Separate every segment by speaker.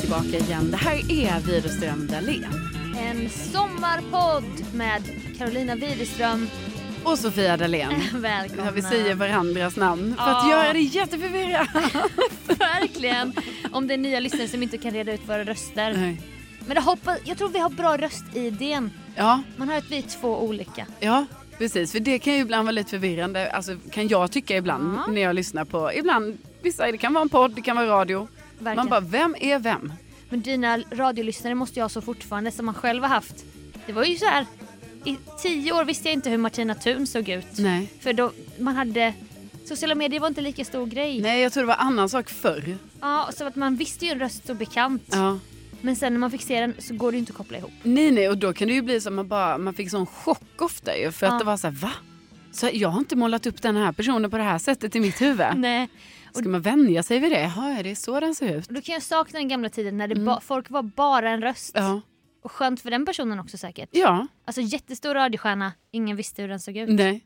Speaker 1: tillbaka igen. Det här är Widerström Dahlén.
Speaker 2: En sommarpodd med Carolina Widerström.
Speaker 1: Och Sofia Dalén.
Speaker 2: Välkomna.
Speaker 1: Ja, vi säger varandras namn för att
Speaker 2: Ja.
Speaker 1: göra det jätteförvirrat.
Speaker 2: Verkligen. Om det är nya lyssnare som inte kan reda ut våra röster.
Speaker 1: Nej.
Speaker 2: Men det hoppas, jag tror vi har bra röstidén.
Speaker 1: ja,
Speaker 2: Man hör att vi är två olika.
Speaker 1: ja, precis. För det kan ju ibland vara lite förvirrande. Alltså kan jag tycka ibland
Speaker 2: Ja.
Speaker 1: när jag lyssnar på, ibland, vissa, det kan vara en podd, det kan vara radio.
Speaker 2: Verkligen.
Speaker 1: Man bara, vem är vem?
Speaker 2: Men dina radiolyssnare måste jag ha så fortfarande som man själv har haft. Det var ju så här. I tio år visste jag inte hur Martina Thun såg ut.
Speaker 1: Nej.
Speaker 2: För då man hade... Sociala medier var inte lika stor grej.
Speaker 1: Nej, jag tror det var annan sak förr.
Speaker 2: Ja, så att man visste ju en röst så bekant.
Speaker 1: Ja.
Speaker 2: Men sen när man fick se den så går det ju inte att koppla ihop.
Speaker 1: Nej, nej, och då kan det ju bli så att man, bara, man fick sån chock ofta ju. För att
Speaker 2: Ja.
Speaker 1: det var så här, va? Så jag har inte målat upp den här personen på det här sättet i mitt huvud.
Speaker 2: Nej.
Speaker 1: Ska man vänja sig vid det? Jaha, är det så den ser ut?
Speaker 2: Och då kan jag sakna den gamla tiden när det ba- folk var bara en röst.
Speaker 1: Mm. Ja.
Speaker 2: Och skönt för den personen också säkert.
Speaker 1: Ja,
Speaker 2: Alltså jättestor radiostjärna, ingen visste hur den såg ut.
Speaker 1: nej.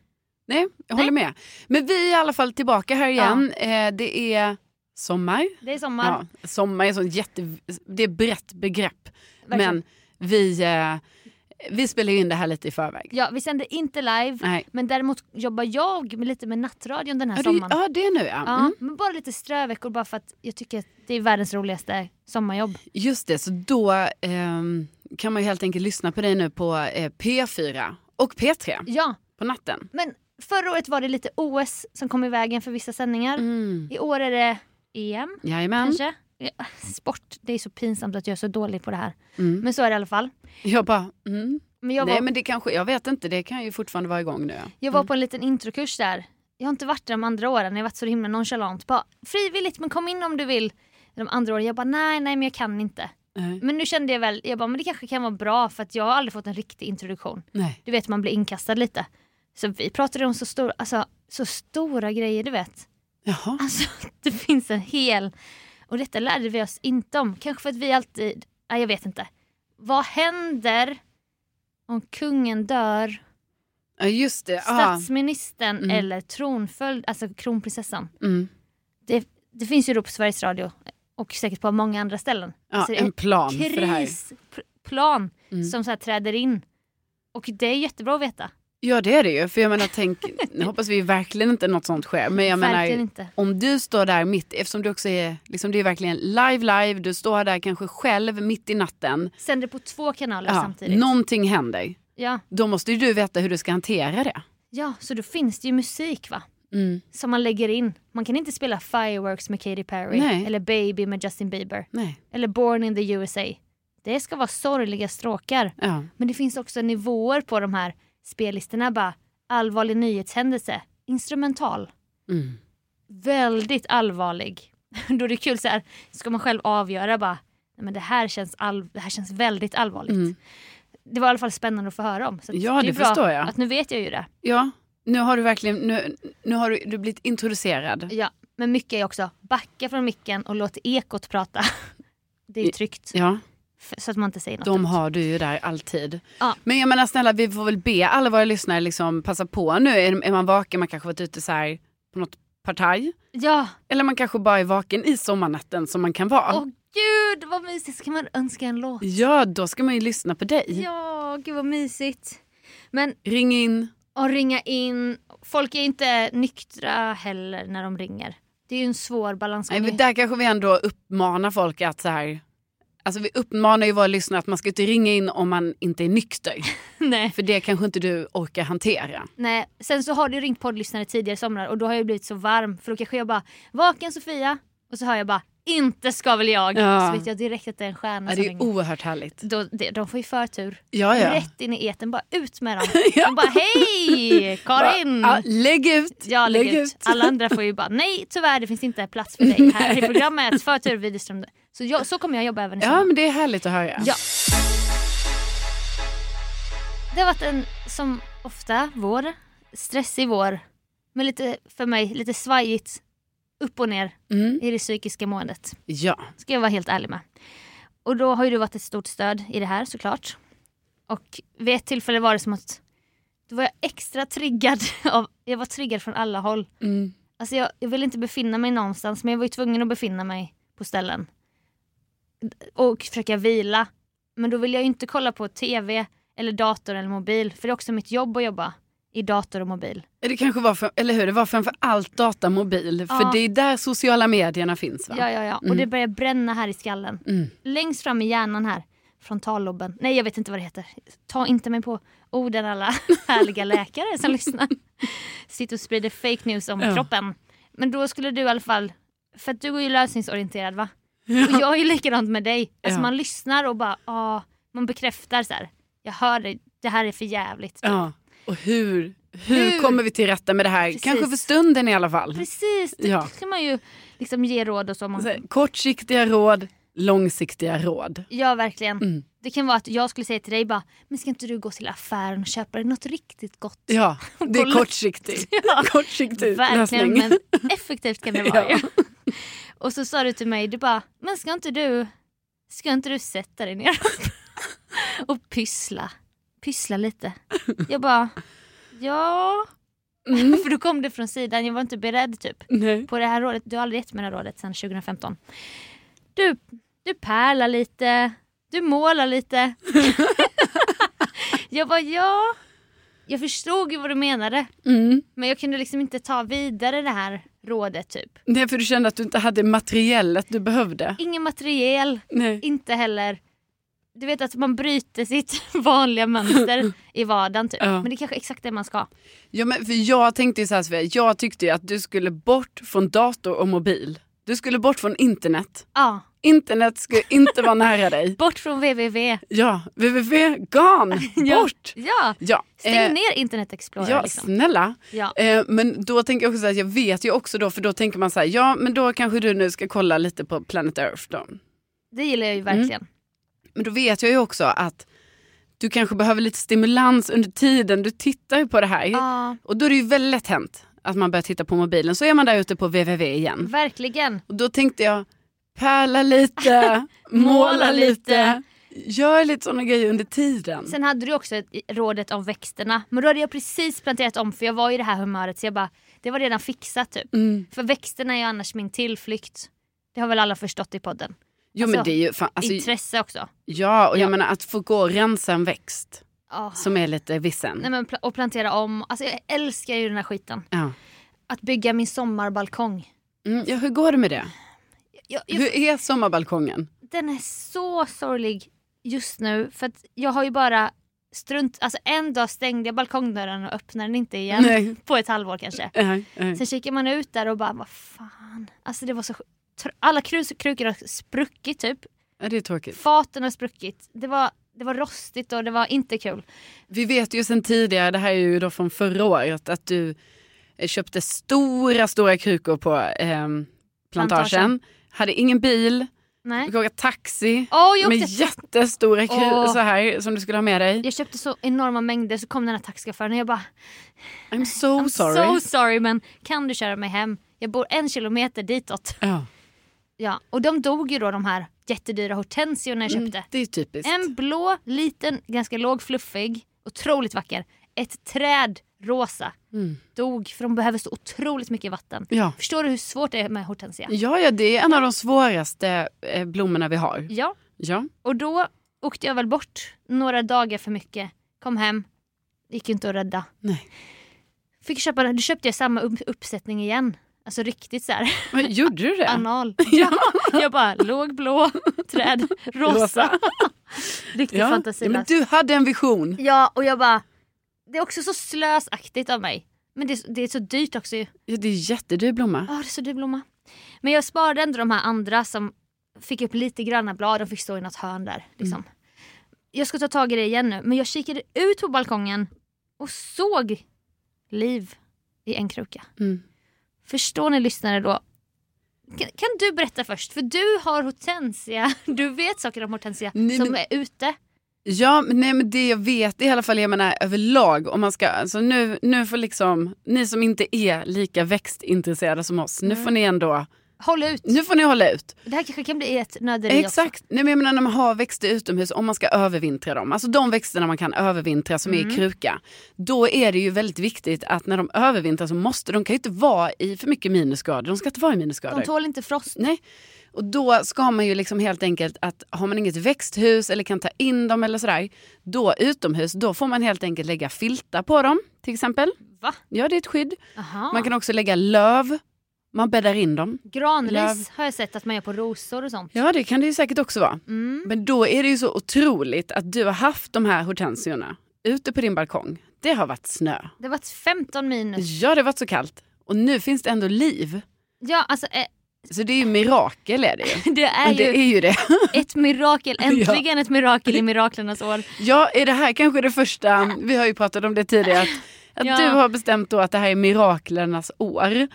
Speaker 1: Nej, jag håller med. Men vi är i alla fall tillbaka här igen. Eh, det är sommar.
Speaker 2: Det är sommar.
Speaker 1: Ja, sommar är sånt jätte... Det är brett begrepp.
Speaker 2: Verkligen.
Speaker 1: Men vi, eh, vi spelar ju in det här lite i förväg.
Speaker 2: Ja, vi sänder inte live.
Speaker 1: Nej.
Speaker 2: Men däremot jobbar jag med- lite med nattradion den här
Speaker 1: Ja, det,
Speaker 2: sommaren.
Speaker 1: ja, det är nu ja.
Speaker 2: Ja,
Speaker 1: Mm.
Speaker 2: men bara lite ströveckor bara för att jag tycker att det är världens roligaste sommarjobb.
Speaker 1: Just det, så då ehm, kan man ju helt enkelt lyssna på dig nu på eh, P4 och P3
Speaker 2: Ja,
Speaker 1: på natten.
Speaker 2: men förra året var det lite OS som kom i vägen för vissa sändningar.
Speaker 1: Mm.
Speaker 2: I år är det EM
Speaker 1: Jajamän.
Speaker 2: kanske. Ja, Sport, det är så pinsamt att jag är så dålig på det här.
Speaker 1: Mm.
Speaker 2: Men så är det i alla fall.
Speaker 1: Jag bara, mm.
Speaker 2: Men jag,
Speaker 1: nej
Speaker 2: var,
Speaker 1: men det kanske, jag vet inte, det kan ju fortfarande vara igång nu. ja.
Speaker 2: jag var på en liten introkurs där. Jag har inte varit där de andra åren, jag har varit så himla nonchalant. Bara, frivilligt men kom in om du vill. De andra åren, jag bara nej, nej men jag kan inte.
Speaker 1: Nej.
Speaker 2: Men nu kände jag väl, jag bara men det kanske kan vara bra för att jag har aldrig fått en riktig introduktion.
Speaker 1: Nej.
Speaker 2: Du vet man blir inkastad lite. Så vi pratade om så, stor, alltså, så stora grejer du vet.
Speaker 1: Jaha.
Speaker 2: Alltså det finns en hel... Och detta lärde vi oss inte om. Kanske för att vi alltid... Nej jag vet inte. Vad händer om kungen dör?
Speaker 1: Ja just det. Ah. Ja.
Speaker 2: statsministern
Speaker 1: Mm.
Speaker 2: eller tronföljd, alltså kronprinsessan.
Speaker 1: Mm.
Speaker 2: Det, det finns ju rop på Sveriges Radio och säkert på många andra ställen.
Speaker 1: Ja,
Speaker 2: Så Alltså, det är
Speaker 1: en plan för det här.
Speaker 2: Krisplan
Speaker 1: Mm.
Speaker 2: som så här träder in. Och det är jättebra att veta.
Speaker 1: Ja det är det ju, för jag menar tänk, nu hoppas vi verkligen inte något sånt sker. Men jag
Speaker 2: Verkligen
Speaker 1: menar,
Speaker 2: inte.
Speaker 1: om du står där mitt, eftersom du också är, liksom det är verkligen live live, du står där kanske själv mitt i natten.
Speaker 2: Sänder på två kanaler
Speaker 1: Ja,
Speaker 2: samtidigt.
Speaker 1: någonting händer.
Speaker 2: Ja.
Speaker 1: Då måste ju du veta hur du ska hantera det.
Speaker 2: ja, så då finns det ju musik va?
Speaker 1: Mm.
Speaker 2: Som man lägger in. Man kan inte spela Fireworks med Katy Perry
Speaker 1: Nej.
Speaker 2: eller Baby med Justin Bieber.
Speaker 1: Nej.
Speaker 2: Eller Born in the USA. Det ska vara sorgliga stråkar.
Speaker 1: Ja.
Speaker 2: Men det finns också nivåer på de här spellistorna. Bara allvarlig nyhetshändelse, instrumental,
Speaker 1: Mm.
Speaker 2: väldigt allvarlig. Då är det kul så här, ska man själv avgöra bara, nej men det här känns, all, det här känns väldigt allvarligt.
Speaker 1: Mm.
Speaker 2: Det var i alla fall spännande att få höra om. Så att
Speaker 1: Ja,
Speaker 2: är
Speaker 1: det
Speaker 2: bra
Speaker 1: förstår jag.
Speaker 2: Att nu vet jag ju det.
Speaker 1: ja. Nu har du verkligen, nu, nu har du, du blivit introducerad.
Speaker 2: Ja, men mycket är också, backa från micken och låt ekot prata. Det är tryggt,
Speaker 1: Ja,
Speaker 2: f- så att man inte säger något.
Speaker 1: de
Speaker 2: dumt.
Speaker 1: har du ju där alltid.
Speaker 2: Ja.
Speaker 1: Men jag menar snälla, vi får väl be alla våra lyssnare liksom passa på nu. Är, är man vaken, man kanske varit ute så här på något partaj.
Speaker 2: Ja,
Speaker 1: Eller man kanske bara är vaken i sommarnatten som man kan vara.
Speaker 2: åh gud vad mysigt, ska man önska en låt?
Speaker 1: Ja, då ska man ju lyssna på dig.
Speaker 2: Ja, gud vad mysigt. Men
Speaker 1: Ring in.
Speaker 2: Och ringa in. Folk är inte nyktra heller när de ringer. Det är ju en svår
Speaker 1: Nej,
Speaker 2: balansgång.
Speaker 1: men där kanske vi ändå uppmanar folk att så här, alltså vi uppmanar ju våra lyssnare att man ska inte ringa in om man inte är nykter.
Speaker 2: Nej.
Speaker 1: För det kanske inte du orkar hantera.
Speaker 2: Nej. Sen så har du ringt poddlyssnare tidigare i somrar och då har jag blivit så varm för då kanske jag bara “Vaken Sofia” och så hör jag bara “Inte ska väl jag?”
Speaker 1: Ja.
Speaker 2: Så vet jag direkt att det är en stjärna
Speaker 1: Ja,
Speaker 2: som
Speaker 1: det är ju
Speaker 2: ringer.
Speaker 1: oerhört härligt.
Speaker 2: Då, det, de får ju förtur.
Speaker 1: Ja, ja.
Speaker 2: Rätt in i eten, bara ut med dem.
Speaker 1: Ja.
Speaker 2: De bara “Hej! Karin!”
Speaker 1: Ja, lägg ut!
Speaker 2: Ja, lägg, ut. Alla andra får ju bara “Nej tyvärr, det finns inte plats för dig här i programmet. Förtur Widerström.” Så, jag, så kommer jag jobba även i sommar.
Speaker 1: Ja, men det är härligt att höra.
Speaker 2: liksom. Ja. Det har varit en, som ofta, vår. Stressig vår. Men lite, för mig, lite svajigt. Upp och ner
Speaker 1: Mm.
Speaker 2: i det psykiska måendet.
Speaker 1: ja.
Speaker 2: Ska jag vara helt ärlig med. Och då har ju du varit ett stort stöd i det här såklart. Och vid ett tillfälle var det som att då var jag extra triggad. Av, jag var triggad från alla håll.
Speaker 1: Mm.
Speaker 2: Alltså jag, jag ville inte befinna mig någonstans men jag var ju tvungen att befinna mig på ställen. och försöka vila. Men då vill jag ju inte kolla på tv eller dator eller mobil för det är också mitt jobb att jobba i dator och mobil.
Speaker 1: Det kanske var, för, eller hur, det var framför allt datamobil.
Speaker 2: Ja.
Speaker 1: För det är där sociala medierna finns va?
Speaker 2: Ja, ja, ja. Och
Speaker 1: Mm.
Speaker 2: det börjar bränna här i skallen.
Speaker 1: Mm.
Speaker 2: Längst fram i hjärnan här, frontalloben. Nej, jag vet inte vad det heter. Ta inte mig på orden alla härliga läkare som lyssnar. Sitter och sprider fake news om
Speaker 1: Ja.
Speaker 2: kroppen. Men då skulle du i alla fall, för att du är ju lösningsorienterad va? Och jag är ju likadant med dig. Alltså
Speaker 1: Ja.
Speaker 2: man lyssnar och bara, ah, man bekräftar så här. Jag hör dig, det här är för jävligt.
Speaker 1: Ja. Och hur, hur,
Speaker 2: Hur?
Speaker 1: kommer vi till rätta med det här?
Speaker 2: Precis.
Speaker 1: Kanske för stunden i alla fall.
Speaker 2: Precis, det
Speaker 1: Ja.
Speaker 2: ska man ju liksom ge råd och så. Man,
Speaker 1: Så här, kortsiktiga råd, långsiktiga råd.
Speaker 2: Ja verkligen.
Speaker 1: Mm.
Speaker 2: Det kan vara att jag skulle säga till dig bara, men ska inte du gå till affären och köpa dig något riktigt gott?
Speaker 1: Ja, det är
Speaker 2: Kolla.
Speaker 1: kortsiktigt.
Speaker 2: Ja,
Speaker 1: Kortsiktig
Speaker 2: verkligen,
Speaker 1: typ, lösning.
Speaker 2: men effektivt kan det vara
Speaker 1: Ja.
Speaker 2: ju. Och så sa du till mig, du bara, men ska inte du, ska inte du sätta dig ner och pyssla? Pyssla lite. Jag bara, ja.
Speaker 1: Mm.
Speaker 2: För då kom det från sidan, jag var inte beredd typ
Speaker 1: Nej.
Speaker 2: på det här rådet. Du har aldrig gett mig det här rådet sedan 2015. Du, du pärlar lite, du målar lite. jag bara ja, jag förstod ju vad du menade.
Speaker 1: Mm.
Speaker 2: Men jag kunde liksom inte ta vidare det här rådet typ.
Speaker 1: Nej, för du kände att du inte hade materiellet du behövde.
Speaker 2: Ingen materiel,
Speaker 1: Nej.
Speaker 2: inte heller du vet att man bryter sitt vanliga mönster i vardagen typ.
Speaker 1: Ja.
Speaker 2: Men det är kanske är exakt det man ska.
Speaker 1: Ja, men för jag tänkte ju så här, Sofia, jag tyckte ju att du skulle bort från dator och mobil. Du skulle bort från internet.
Speaker 2: Ja,
Speaker 1: Internet skulle inte vara nära dig.
Speaker 2: bort från www.
Speaker 1: Ja, www, gone,
Speaker 2: Ja.
Speaker 1: bort!
Speaker 2: Ja,
Speaker 1: Ja,
Speaker 2: stäng
Speaker 1: eh,
Speaker 2: ner internet explorer
Speaker 1: ja
Speaker 2: liksom.
Speaker 1: snälla.
Speaker 2: Ja.
Speaker 1: Eh, men då tänker jag också så här, jag vet ju också då, för då tänker man så här, ja men då kanske du nu ska kolla lite på Planet Earth då.
Speaker 2: Det gillar jag ju
Speaker 1: Mm.
Speaker 2: verkligen.
Speaker 1: Men då vet jag ju också att du kanske behöver lite stimulans under tiden du tittar på det här.
Speaker 2: Ja.
Speaker 1: Och då är det ju väldigt lätt hänt att man börjar titta på mobilen, så är man där ute på www igen.
Speaker 2: Verkligen.
Speaker 1: Och då tänkte jag, pärla lite, måla lite, gör lite sådana grejer under tiden.
Speaker 2: Sen hade du också ett- rådet om växterna. Men då hade jag precis planterat om för jag var i det här humöret så jag bara, det var redan fixat typ.
Speaker 1: Mm.
Speaker 2: För växterna är ju annars min tillflykt. Det har väl alla förstått i podden.
Speaker 1: Jo men
Speaker 2: Alltså,
Speaker 1: det är ju, fan, alltså,
Speaker 2: Intresse också.
Speaker 1: ja och jag
Speaker 2: Ja.
Speaker 1: menar att få gå och rensa en växt
Speaker 2: Ja.
Speaker 1: som är lite vissen.
Speaker 2: Nej, men pla- och plantera om. Alltså jag älskar ju den här skiten.
Speaker 1: Ja.
Speaker 2: Att bygga min sommarbalkong.
Speaker 1: Mm, ja, hur går det med det?
Speaker 2: Jag, jag,
Speaker 1: Hur är sommarbalkongen?
Speaker 2: Den är så sorglig just nu för att jag har ju bara strunt, alltså en dag stängde jag balkongdörren och öppnade den inte igen.
Speaker 1: Nej.
Speaker 2: På ett halvår kanske.
Speaker 1: Nej, nej.
Speaker 2: Sen kikar man ut där och bara, vad fan. Alltså det var så sj- tr- Alla krus- krukor har spruckit typ.
Speaker 1: Ja, det är tråkigt.
Speaker 2: Faten har spruckit. Det var, det var rostigt och det var inte kul.
Speaker 1: Vi vet ju sedan tidigare, det här är ju då från förra året, att du eh, köpte stora, stora krukor på ehm, plantagen.
Speaker 2: Plantagen.
Speaker 1: Hade ingen bil,
Speaker 2: Nej.
Speaker 1: fick åka taxi
Speaker 2: Åh, jag,
Speaker 1: med
Speaker 2: åkte,
Speaker 1: jättestora krukor
Speaker 2: Åh.
Speaker 1: så här som du skulle ha med dig.
Speaker 2: jag köpte så enorma mängder så kom den här taxichauffören och jag bara,
Speaker 1: I'm so
Speaker 2: I'm
Speaker 1: sorry.
Speaker 2: so sorry men kan du köra mig hem? Jag bor en kilometer ditåt.
Speaker 1: Ja,
Speaker 2: Ja, och de dog ju då de här jättedyra hortensiorna jag köpte.
Speaker 1: det är typiskt.
Speaker 2: En blå, liten, ganska låg, fluffig, otroligt vacker. Ett träd, rosa,
Speaker 1: Mm.
Speaker 2: dog för de behöver så otroligt mycket vatten.
Speaker 1: Ja.
Speaker 2: Förstår du hur svårt det är med hortensia?
Speaker 1: Ja, ja, det är en av de svåraste eh, blommorna vi har.
Speaker 2: Ja,
Speaker 1: Ja.
Speaker 2: och då åkte jag väl bort några dagar för mycket. Kom hem, gick ju inte att rädda.
Speaker 1: Nej.
Speaker 2: Fick köpa, då köpte jag samma upp- uppsättning igen. Alltså riktigt så här,
Speaker 1: Men, gjorde du det?
Speaker 2: anal.
Speaker 1: Ja.
Speaker 2: Jag bara, låg blå, träd, rosa. Riktigt
Speaker 1: Ja. Ja,
Speaker 2: fantasilöst.
Speaker 1: men du hade en vision.
Speaker 2: Ja, och jag bara... Det är också så slösaktigt av mig. Men det, det är så dyrt också ju.
Speaker 1: Ja, det är en jättedyr blomma.
Speaker 2: Ja, Ah, det är så dyr blomma. Men jag sparade ändå de här andra som fick upp lite gröna blad. De fick stå i något hörn där. Liksom.
Speaker 1: Mm.
Speaker 2: Jag ska ta tag i det igen nu. Men jag kikade ut på balkongen och såg liv i en kruka.
Speaker 1: Mm.
Speaker 2: Förstår ni lyssnare då? Kan, kan du berätta först? För du har hortensia. Du vet saker om hortensia
Speaker 1: Nej,
Speaker 2: som
Speaker 1: men-
Speaker 2: är ute.
Speaker 1: Ja, men, nej, men det jag vet i alla fall, jag menar överlag, om man ska, alltså nu, nu får liksom, ni som inte är lika växtintresserade som oss, nu
Speaker 2: Mm.
Speaker 1: får ni ändå
Speaker 2: Håll ut.
Speaker 1: Nu får ni hålla ut.
Speaker 2: Det här kanske kan bli ett nöderi också.
Speaker 1: Exakt. Nej, men jag menar när man har växter utomhus, om man ska övervintra dem, alltså de växterna man kan övervintra som
Speaker 2: Mm.
Speaker 1: är i kruka, då är det ju väldigt viktigt att när de övervintrar så måste de kan ju inte vara i för mycket minusgrader. De ska inte vara i minusgrader.
Speaker 2: De tål inte frost.
Speaker 1: Nej. Och då ska man ju liksom helt enkelt att har man inget växthus eller kan ta in dem eller sådär, då utomhus, då får man helt enkelt lägga filtar på dem till exempel.
Speaker 2: Va?
Speaker 1: Ja, det är ett skydd.
Speaker 2: Aha.
Speaker 1: Man kan också lägga löv. Man bäddar in dem.
Speaker 2: Granris
Speaker 1: Löv.
Speaker 2: har jag sett att man gör på rosor och sånt.
Speaker 1: Ja, det kan det ju säkert också vara.
Speaker 2: Mm.
Speaker 1: Men då är det ju så otroligt att du har haft de här hortensiorna ute på din balkong. Det har varit snö.
Speaker 2: Det var 15 minus.
Speaker 1: Ja, det har varit så kallt. Och nu finns det ändå liv.
Speaker 2: Ja, alltså eh,
Speaker 1: Så det är ju mirakel är det ju.
Speaker 2: det är ju
Speaker 1: Det är ju det.
Speaker 2: ett mirakel. Äntligen ett mirakel i miraklernas år.
Speaker 1: Ja, är det här kanske det första, vi har ju pratat om det tidigare, att, att
Speaker 2: Ja.
Speaker 1: du har bestämt då att det här är miraklernas år.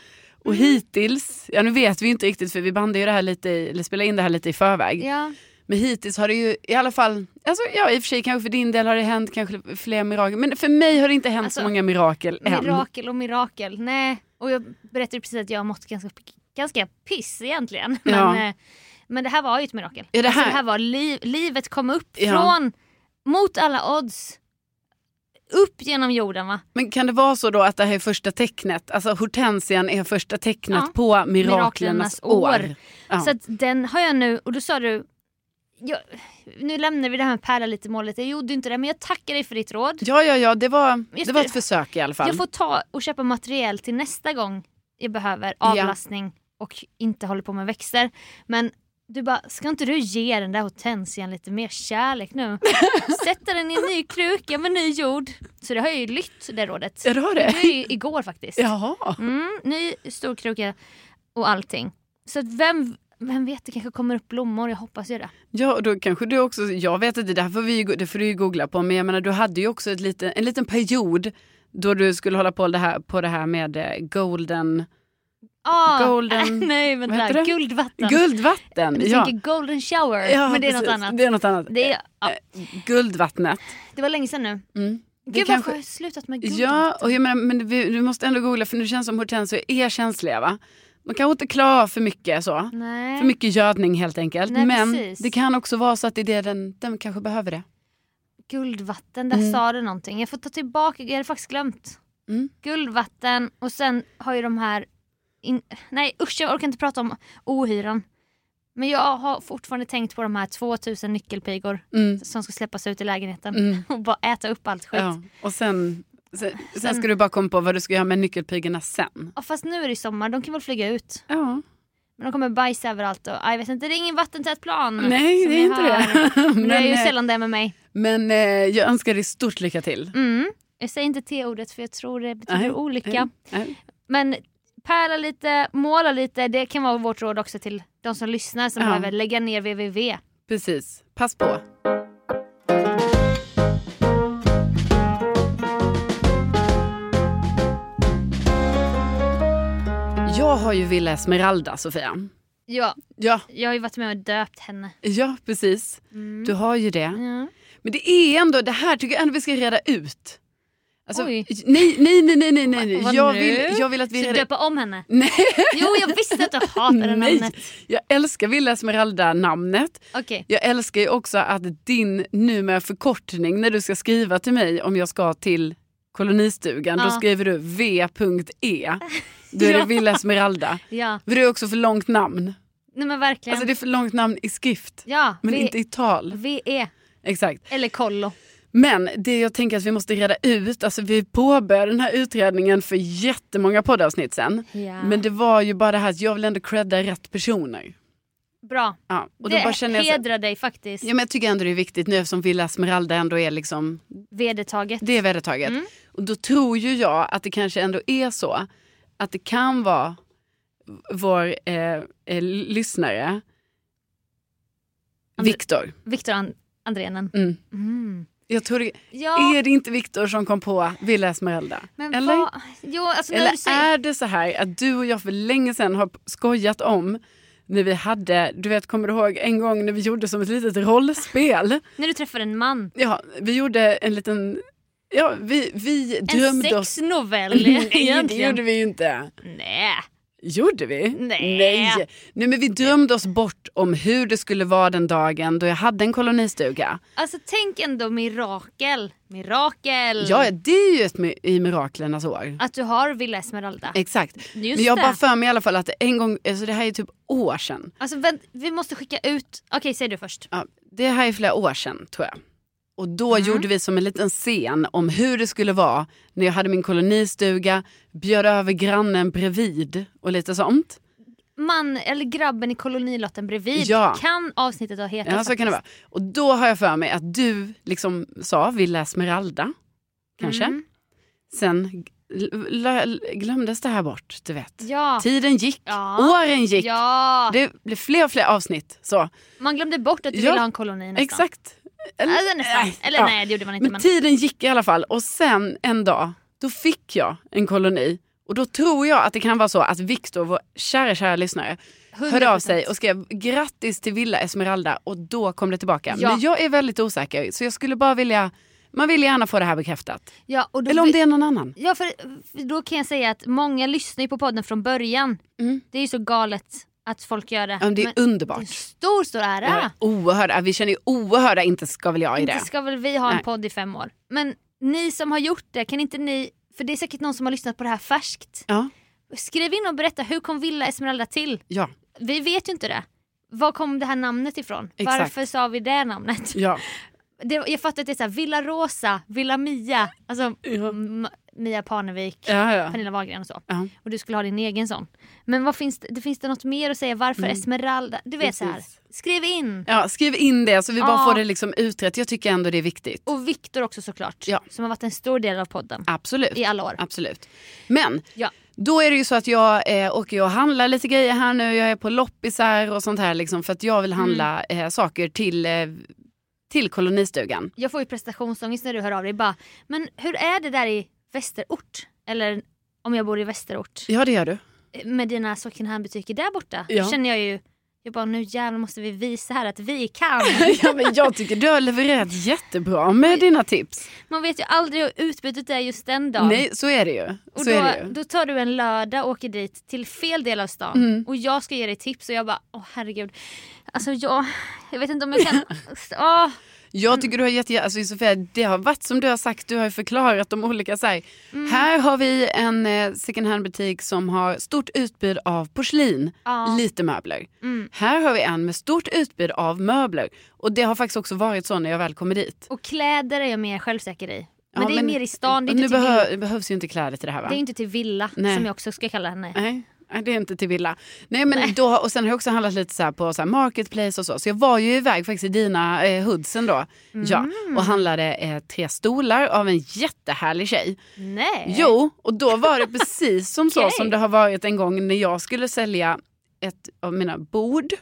Speaker 1: Och
Speaker 2: Mm.
Speaker 1: hittills, ja nu vet vi ju inte riktigt för vi bandar ju det här lite, i, eller spelar in det här lite i förväg.
Speaker 2: Ja.
Speaker 1: Men hittills har det ju i alla fall, alltså ja i och för sig kanske för din del har det hänt kanske fler mirakel, men för mig har det inte hänt
Speaker 2: Alltså,
Speaker 1: så många mirakel än.
Speaker 2: Mirakel och mirakel. Nej. Och jag berättade precis att jag har mått ganska, ganska piss egentligen. Men,
Speaker 1: Ja.
Speaker 2: eh, men det här var ju ett mirakel.
Speaker 1: Ja, det
Speaker 2: Alltså,
Speaker 1: här-
Speaker 2: det här var li- livet kom upp
Speaker 1: Ja.
Speaker 2: från, mot alla odds, upp genom jorden va?
Speaker 1: Men kan det vara så då att det här är första tecknet, alltså hortensian är första tecknet
Speaker 2: Ja.
Speaker 1: på miraklernas,
Speaker 2: Miraklernas år.
Speaker 1: år? Ja.
Speaker 2: Så att den har jag nu, och då sa du, jag, nu lämnar vi det här med pärla lite i målet. Jag gjorde inte det men jag tackar dig för ditt råd.
Speaker 1: ja, ja, ja, det var,
Speaker 2: Just
Speaker 1: det var
Speaker 2: det.
Speaker 1: ett försök i alla fall.
Speaker 2: Jag får ta och köpa material till nästa gång jag behöver avlastning och inte håller på med växter. Men du bara, ska inte du ge den där hortensian lite mer kärlek nu? Sätta den i en ny kruka med ny jord. Så det har jag ju lytt det rådet.
Speaker 1: Ja, det har
Speaker 2: Det
Speaker 1: det.
Speaker 2: var ju igår faktiskt.
Speaker 1: Jaha.
Speaker 2: Mm, ny stor kruka och allting. Så att vem, vem vet, det kanske kommer upp blommor. Jag hoppas ju det.
Speaker 1: Ja, och då kanske du också, jag vet inte, det, här får vi, ju go- det får du ju googla på, men jag menar du hade ju också ett lite, en liten period då du skulle hålla på det här, på det här med eh, golden,
Speaker 2: Ah,
Speaker 1: Golden-
Speaker 2: nej,
Speaker 1: vad heter
Speaker 2: vänta.
Speaker 1: det?
Speaker 2: Guldvatten.
Speaker 1: guldvatten.
Speaker 2: du
Speaker 1: ja.
Speaker 2: tänker golden shower,
Speaker 1: ja,
Speaker 2: men det är
Speaker 1: precis.
Speaker 2: något annat.
Speaker 1: Det är något annat.
Speaker 2: Det, är, ja,
Speaker 1: Guldvattnet.
Speaker 2: det var länge sedan nu.
Speaker 1: Mm. Det
Speaker 2: Gud
Speaker 1: kanske-
Speaker 2: varför har jag slutat med guld?
Speaker 1: Ja, och jag menar, men vi, du måste ändå googla för nu känns det som hortensior är känsliga va? Man kanske inte klarar av för mycket så.
Speaker 2: Nej.
Speaker 1: För mycket gödning helt enkelt.
Speaker 2: Nej,
Speaker 1: men
Speaker 2: precis.
Speaker 1: det kan också vara så att det är det den, den kanske behöver det.
Speaker 2: Guldvatten, där
Speaker 1: Mm.
Speaker 2: sa du någonting. Jag får ta tillbaka, jag hade faktiskt glömt.
Speaker 1: Mm.
Speaker 2: Guldvatten och sen har ju de här... In... Nej usch jag orkar inte prata om ohyran. Men jag har fortfarande tänkt på de här 2000 nyckelpigor
Speaker 1: Mm.
Speaker 2: som ska släppas ut i lägenheten
Speaker 1: Mm.
Speaker 2: och bara äta upp allt skit. Ja.
Speaker 1: Ja. Och sen, sen, sen ska du bara komma på vad du ska göra med nyckelpigorna sen.
Speaker 2: fast nu är det ju sommar, de kan väl flyga ut.
Speaker 1: Ja.
Speaker 2: Men de kommer bajsa överallt och ah, jag vet inte, det är ingen vattentät plan.
Speaker 1: Nej,
Speaker 2: som
Speaker 1: det är
Speaker 2: jag
Speaker 1: inte
Speaker 2: hör.
Speaker 1: det.
Speaker 2: Mm. Men det är ju
Speaker 1: eh,
Speaker 2: sällan det med mig.
Speaker 1: men eh, jag önskar dig stort lycka till.
Speaker 2: Mm. Jag säger inte T-ordet för jag tror det betyder
Speaker 1: Nej,
Speaker 2: olycka.
Speaker 1: Eh,
Speaker 2: Men pärla lite, måla lite. Det kan vara vårt råd också till de som lyssnar som
Speaker 1: Ja.
Speaker 2: behöver lägga ner www.
Speaker 1: Precis. Pass på. Jag har ju Villa Esmeralda, Sofia.
Speaker 2: Ja,
Speaker 1: Ja,
Speaker 2: jag har ju varit med och döpt henne.
Speaker 1: ja precis. Du
Speaker 2: Mm.
Speaker 1: har ju det.
Speaker 2: Ja.
Speaker 1: Men det är ändå, det här tycker jag ändå vi ska reda ut. Alltså,
Speaker 2: Oj.
Speaker 1: nej, nej, nej, nej, nej, nej.
Speaker 2: Vad
Speaker 1: Jag
Speaker 2: nu?
Speaker 1: vill, jag vill att vi
Speaker 2: Ska
Speaker 1: reda
Speaker 2: döpa om henne?
Speaker 1: Nej.
Speaker 2: Jo, jag visste att du hatade
Speaker 1: Nej.
Speaker 2: namnet.
Speaker 1: Jag älskar Villa Esmeralda-namnet.
Speaker 2: Okej.
Speaker 1: Jag älskar ju också att din numera förkortning när du ska skriva till mig om jag ska till kolonistugan, då
Speaker 2: Ja.
Speaker 1: skriver du V.E. Då är det
Speaker 2: Ja.
Speaker 1: Villa Esmeralda.
Speaker 2: Ja,
Speaker 1: För det är också för långt namn.
Speaker 2: nej men verkligen.
Speaker 1: Alltså det är för långt namn i skrift.
Speaker 2: ja,
Speaker 1: Men
Speaker 2: v-
Speaker 1: inte i tal.
Speaker 2: VE
Speaker 1: Exakt.
Speaker 2: eller kollo.
Speaker 1: Men det jag tänker att vi måste reda ut, alltså vi påbörjade den här utredningen för jättemånga poddavsnitt sen.
Speaker 2: Ja.
Speaker 1: Men det var ju bara det här att jag vill ändå credda rätt personer.
Speaker 2: Bra.
Speaker 1: Ja. Och då
Speaker 2: det
Speaker 1: bara känner jag så,
Speaker 2: hedrar dig faktiskt.
Speaker 1: ja, men jag tycker ändå det är viktigt nu eftersom Villa Esmeralda ändå är liksom
Speaker 2: Vedertaget.
Speaker 1: Det är vedertaget.
Speaker 2: Mm.
Speaker 1: Och då tror ju jag att det kanske ändå är så att det kan vara vår eh, eh, lyssnare Viktor.
Speaker 2: Viktor An- Andrenen.
Speaker 1: Mm.
Speaker 2: Mm.
Speaker 1: Jag tror det,
Speaker 2: Ja,
Speaker 1: Är det inte Viktor som kom på Villa Esmeralda?
Speaker 2: men
Speaker 1: eller?
Speaker 2: vad... Jo, alltså när du
Speaker 1: Eller
Speaker 2: säger...
Speaker 1: är det så här att du och jag för länge sedan har skojat om när vi hade, du vet kommer du ihåg en gång när vi gjorde som ett litet rollspel?
Speaker 2: När du träffar en man.
Speaker 1: Ja, vi gjorde en liten, ja vi, vi
Speaker 2: En
Speaker 1: drömde oss...
Speaker 2: sexnovell
Speaker 1: Nej, det
Speaker 2: egentligen.
Speaker 1: gjorde vi ju inte.
Speaker 2: Nej.
Speaker 1: Gjorde vi?
Speaker 2: Nej.
Speaker 1: Nej. Nej men vi drömde oss bort om hur det skulle vara den dagen då jag hade en kolonistuga.
Speaker 2: Alltså tänk ändå mirakel. Mirakel!
Speaker 1: Ja, det är ju ett mi- i miraklernas år.
Speaker 2: Att du har Villa Esmeralda.
Speaker 1: Exakt.
Speaker 2: Just
Speaker 1: men jag har
Speaker 2: det.
Speaker 1: bara för mig i alla fall att en gång, alltså det här är typ år sedan.
Speaker 2: Alltså vänt, vi måste skicka ut... Okej, säg du först.
Speaker 1: Ja, det här är flera år sedan tror jag. Och då
Speaker 2: Mm.
Speaker 1: gjorde vi som en liten scen om hur det skulle vara när jag hade min kolonistuga, bjöd över grannen bredvid och lite sånt.
Speaker 2: Man, eller grabben i kolonilotten bredvid
Speaker 1: Ja.
Speaker 2: kan avsnittet ha hetat.
Speaker 1: Ja, så kan det vara.
Speaker 2: faktiskt.
Speaker 1: Och då har jag för mig att du liksom sa Villa Esmeralda, kanske.
Speaker 2: Mm.
Speaker 1: Sen gl- l- glömdes det här bort, du vet.
Speaker 2: Ja.
Speaker 1: Tiden gick,
Speaker 2: Ja.
Speaker 1: åren gick.
Speaker 2: Ja.
Speaker 1: Det blev fler och fler avsnitt. Så.
Speaker 2: Man glömde bort att du
Speaker 1: Ja,
Speaker 2: ville ha en koloni nästan.
Speaker 1: Exakt. Eller,
Speaker 2: Eller, nästan.
Speaker 1: Nej,
Speaker 2: eller
Speaker 1: ja.
Speaker 2: nej, det gjorde man inte.
Speaker 1: Men,
Speaker 2: Men
Speaker 1: tiden gick i alla fall och sen en dag då fick jag en koloni. Och då tror jag att det kan vara så att Viktor, vår kära, kära lyssnare, hörde av
Speaker 2: 100%.
Speaker 1: sig och skrev grattis till Villa Esmeralda och då kom det tillbaka.
Speaker 2: Ja.
Speaker 1: Men jag är väldigt osäker så jag skulle bara vilja, man vill gärna få det här bekräftat.
Speaker 2: Ja, och då
Speaker 1: Eller om det är någon annan.
Speaker 2: Ja, för för då kan jag säga att många lyssnar ju på podden från början.
Speaker 1: Mm.
Speaker 2: Det är ju så galet att folk gör det.
Speaker 1: Ja, men det är
Speaker 2: Men det är en
Speaker 1: underbart.
Speaker 2: stor, stor ära.
Speaker 1: Ja, Oerhörda, vi känner ju oerhörda inte ska väl jag i
Speaker 2: inte
Speaker 1: det.
Speaker 2: ska väl vi ha en
Speaker 1: Nej.
Speaker 2: podd i fem år. Men ni som har gjort det, kan inte ni, för det är säkert någon som har lyssnat på det här färskt.
Speaker 1: Ja,
Speaker 2: Skriv in och berätta, hur kom Villa Esmeralda till?
Speaker 1: ja,
Speaker 2: Vi vet ju inte det. Var kom det här namnet ifrån?
Speaker 1: Exakt.
Speaker 2: Varför sa vi det namnet?
Speaker 1: ja.
Speaker 2: Det, jag fattar att det är så här, Villa Rosa, Villa Mia, alltså
Speaker 1: Ja.
Speaker 2: M- Mia Parnevik,
Speaker 1: ja, ja.
Speaker 2: Pernilla Wahlgren och så.
Speaker 1: ja.
Speaker 2: och du skulle ha din egen sån. Men vad finns det, det finns det något mer att säga? Varför Esmeralda? Du vet så här.
Speaker 1: Mm. Precis.
Speaker 2: Skriv in!
Speaker 1: ja skriv in det så vi bara
Speaker 2: Ja.
Speaker 1: får det liksom utrett. Jag tycker ändå det är viktigt.
Speaker 2: Och Viktor också såklart.
Speaker 1: Ja.
Speaker 2: Som har varit en stor del av podden.
Speaker 1: Absolut.
Speaker 2: I alla år.
Speaker 1: Absolut. Men
Speaker 2: Ja.
Speaker 1: då är det ju så att jag eh, åker ju och handlar lite grejer här nu. Jag är på loppisar och sånt här liksom, för att jag vill handla eh, saker till, eh, till kolonistugan.
Speaker 2: Jag får ju prestationsångest när du hör av dig. Bara, men hur är det där i västerort? Eller om jag bor i västerort.
Speaker 1: Ja det gör du.
Speaker 2: Med dina Sockenhamn-butiker där borta.
Speaker 1: Ja.
Speaker 2: Då känner jag ju, jag bara nu jävlar måste vi visa här att vi kan.
Speaker 1: ja, men jag tycker du har levererat jättebra med dina tips.
Speaker 2: Man vet ju aldrig hur utbytet är just den dagen.
Speaker 1: Nej så är det ju. Så
Speaker 2: Och
Speaker 1: är
Speaker 2: då,
Speaker 1: det ju.
Speaker 2: då tar du en lördag och åker dit till fel del av stan
Speaker 1: Mm.
Speaker 2: och jag ska ge dig tips och jag bara åh herregud. Alltså jag, jag vet inte om jag kan. Åh, Mm.
Speaker 1: Jag tycker du har jätte... Alltså Sofia, det har varit som du har sagt, du har ju förklarat de olika så här.
Speaker 2: Mm.
Speaker 1: här har vi en eh, second hand butik som har stort utbud av porslin,
Speaker 2: Ja. Mm.
Speaker 1: lite möbler. Här har vi en med stort utbud av möbler. Och det har faktiskt också varit så när jag väl kommer dit.
Speaker 2: och kläder är jag mer självsäker i. Men
Speaker 1: Ja,
Speaker 2: det är mer i stan, det är,
Speaker 1: nu
Speaker 2: inte till,
Speaker 1: behö-
Speaker 2: vill-
Speaker 1: behövs ju inte kläder till det här va?
Speaker 2: det är inte till villa
Speaker 1: Nej.
Speaker 2: som jag också ska kalla henne.
Speaker 1: Nej. nej, det är inte till villa. Nej, men Då, har- och sen har jag också handlat lite så här på så här marketplace och så. Så jag var ju iväg faktiskt i dina eh, hoodsen då. Ja,
Speaker 2: Mm.
Speaker 1: och handlade eh, tre stolar av en jättehärlig tjej.
Speaker 2: Nej.
Speaker 1: Jo, och då var det precis som så
Speaker 2: Eh. Okej.
Speaker 1: som det har varit en gång när jag skulle sälja ett av mina bord.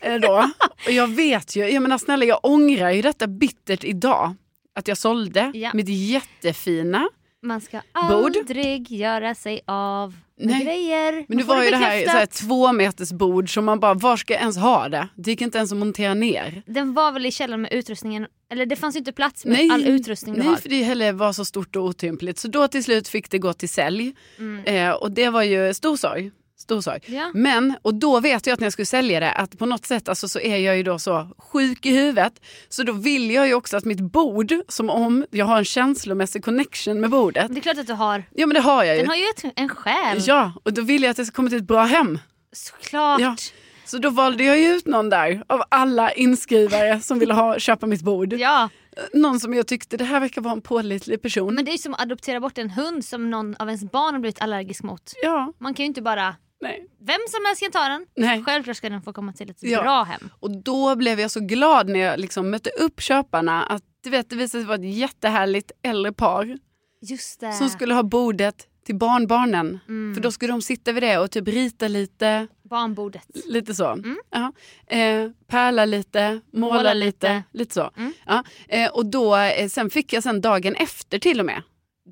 Speaker 1: Eh, Då. Och jag vet ju, jag menar snälla jag ångrar ju detta bittert idag. Att jag sålde
Speaker 2: Ja.
Speaker 1: mitt jättefina.
Speaker 2: Man ska
Speaker 1: Bord.
Speaker 2: aldrig göra sig av med
Speaker 1: Nej.
Speaker 2: grejer.
Speaker 1: Men nu
Speaker 2: Man får
Speaker 1: var ju det här, så
Speaker 2: bekräftat.
Speaker 1: här två meters bord som man bara, var ska jag ens ha det? Det gick inte ens att montera ner.
Speaker 2: Den var väl i källaren med utrustningen, eller det fanns ju inte plats med
Speaker 1: Nej,
Speaker 2: all utrustning du
Speaker 1: Nej,
Speaker 2: har.
Speaker 1: för det heller var så stort och otympligt. Så då till slut fick det gå till sälj.
Speaker 2: Mm.
Speaker 1: Eh, och det var ju stor sorg. Stor sorg.
Speaker 2: Ja.
Speaker 1: Men, och då vet jag att när jag skulle sälja det att på något sätt alltså, så är jag ju då så sjuk i huvudet. Så då vill jag ju också att mitt bord, som om jag har en känslomässig connection med bordet.
Speaker 2: Det är klart att du har.
Speaker 1: Ja men det har jag ju.
Speaker 2: Den har ju ett, en själ.
Speaker 1: Ja, och då vill jag att det ska komma till ett bra hem.
Speaker 2: Såklart.
Speaker 1: Ja. Så då valde jag ju ut någon där av alla inskrivare som ville ha, köpa mitt bord.
Speaker 2: Ja,
Speaker 1: Någon som jag tyckte det här verkar vara en pålitlig person.
Speaker 2: men det är ju som att adoptera bort en hund som någon av ens barn har blivit allergisk mot.
Speaker 1: Ja,
Speaker 2: Man kan ju inte bara,
Speaker 1: nej.
Speaker 2: vem som helst kan ta den.
Speaker 1: nej.
Speaker 2: Självklart ska den få komma till ett
Speaker 1: Ja.
Speaker 2: bra hem.
Speaker 1: Och då blev jag så glad när jag liksom mötte upp köparna att du vet, det visade sig vara ett jättehärligt äldre par
Speaker 2: Just det.
Speaker 1: som skulle ha bordet till barnbarnen.
Speaker 2: Mm.
Speaker 1: För då skulle de sitta vid det och typ rita lite,
Speaker 2: Barnbordet.
Speaker 1: lite så. Ja. Eh, pärla lite, måla,
Speaker 2: Mm. Måla
Speaker 1: lite,
Speaker 2: lite.
Speaker 1: lite, så.
Speaker 2: Mm.
Speaker 1: Ja. Eh, och då, eh, sen fick jag sen dagen efter till och med.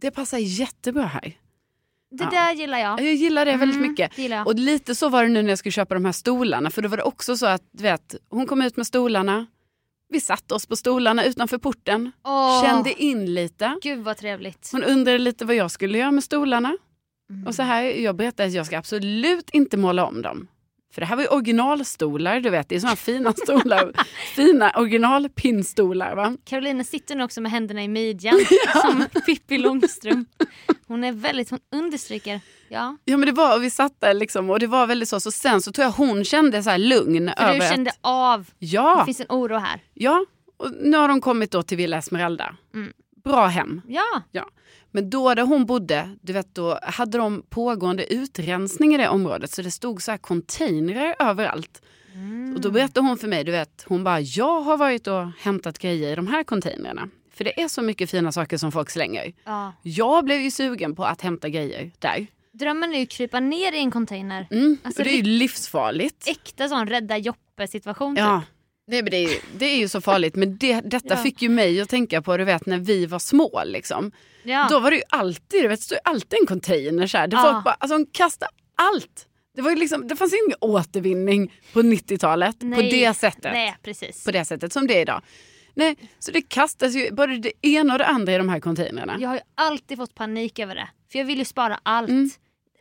Speaker 1: Det passar jättebra här.
Speaker 2: Det
Speaker 1: Ja.
Speaker 2: där gillar jag.
Speaker 1: Ja, Jag gillar det väldigt
Speaker 2: Mm,
Speaker 1: mycket.
Speaker 2: det gillar jag.
Speaker 1: Och lite så var det nu när jag skulle köpa de här stolarna. För då var det också så att du vet, hon kom ut med stolarna. Vi satte oss på stolarna utanför porten.
Speaker 2: Åh,
Speaker 1: Kände in lite.
Speaker 2: Gud vad trevligt. Mm.
Speaker 1: Hon undrade lite vad jag skulle göra med stolarna. Och så här, jag berättade att jag ska absolut inte måla om dem. För det här var ju originalstolar, du vet. Det är såna fina stolar. fina originalpinnstolar, va?
Speaker 2: Caroline sitter nu också med händerna i midjan som Pippi Långstrump. Hon är väldigt, hon understryker. Ja,
Speaker 1: Ja, men det var, och vi satt där liksom och det var väldigt så. Så sen så tror jag hon kände så här lugn
Speaker 2: för
Speaker 1: över
Speaker 2: du
Speaker 1: att-
Speaker 2: kände av. Det
Speaker 1: Ja,
Speaker 2: finns en oro här.
Speaker 1: ja. Och nu har de kommit då till Villa Esmeralda.
Speaker 2: Mm.
Speaker 1: Bra hem.
Speaker 2: Ja,
Speaker 1: Men då där hon bodde, du vet då hade de pågående utrensning i det området så det stod så här containrar överallt.
Speaker 2: Mm.
Speaker 1: Och då berättade hon för mig, du vet, hon bara jag har varit och hämtat grejer i de här containrarna. För det är så mycket fina saker som folk slänger.
Speaker 2: ja.
Speaker 1: Jag blev ju sugen på att hämta grejer där.
Speaker 2: Drömmen är ju att krypa ner i en container.
Speaker 1: Mm.
Speaker 2: Alltså,
Speaker 1: och det är ju livsfarligt.
Speaker 2: Äkta sån rädda Joppe situation.
Speaker 1: Ja. Nej, men det, är ju, det är ju så farligt, men det, detta
Speaker 2: Ja.
Speaker 1: fick ju mig att tänka på du vet, när vi var små. Liksom.
Speaker 2: typ. Ja.
Speaker 1: Då var det ju alltid, du vet, det stod ju alltid en container. Så här, där
Speaker 2: Ja.
Speaker 1: folk bara, alltså, de kastade allt. Det, var ju liksom, det fanns ju ingen återvinning på 90-talet på
Speaker 2: Nej.
Speaker 1: det, sättet,
Speaker 2: Nej precis.
Speaker 1: på det sättet som det är idag. Nej, så det kastas ju både det ena och det andra i de här containrarna.
Speaker 2: Jag har ju alltid fått panik över det. För jag vill ju spara allt.
Speaker 1: Mm.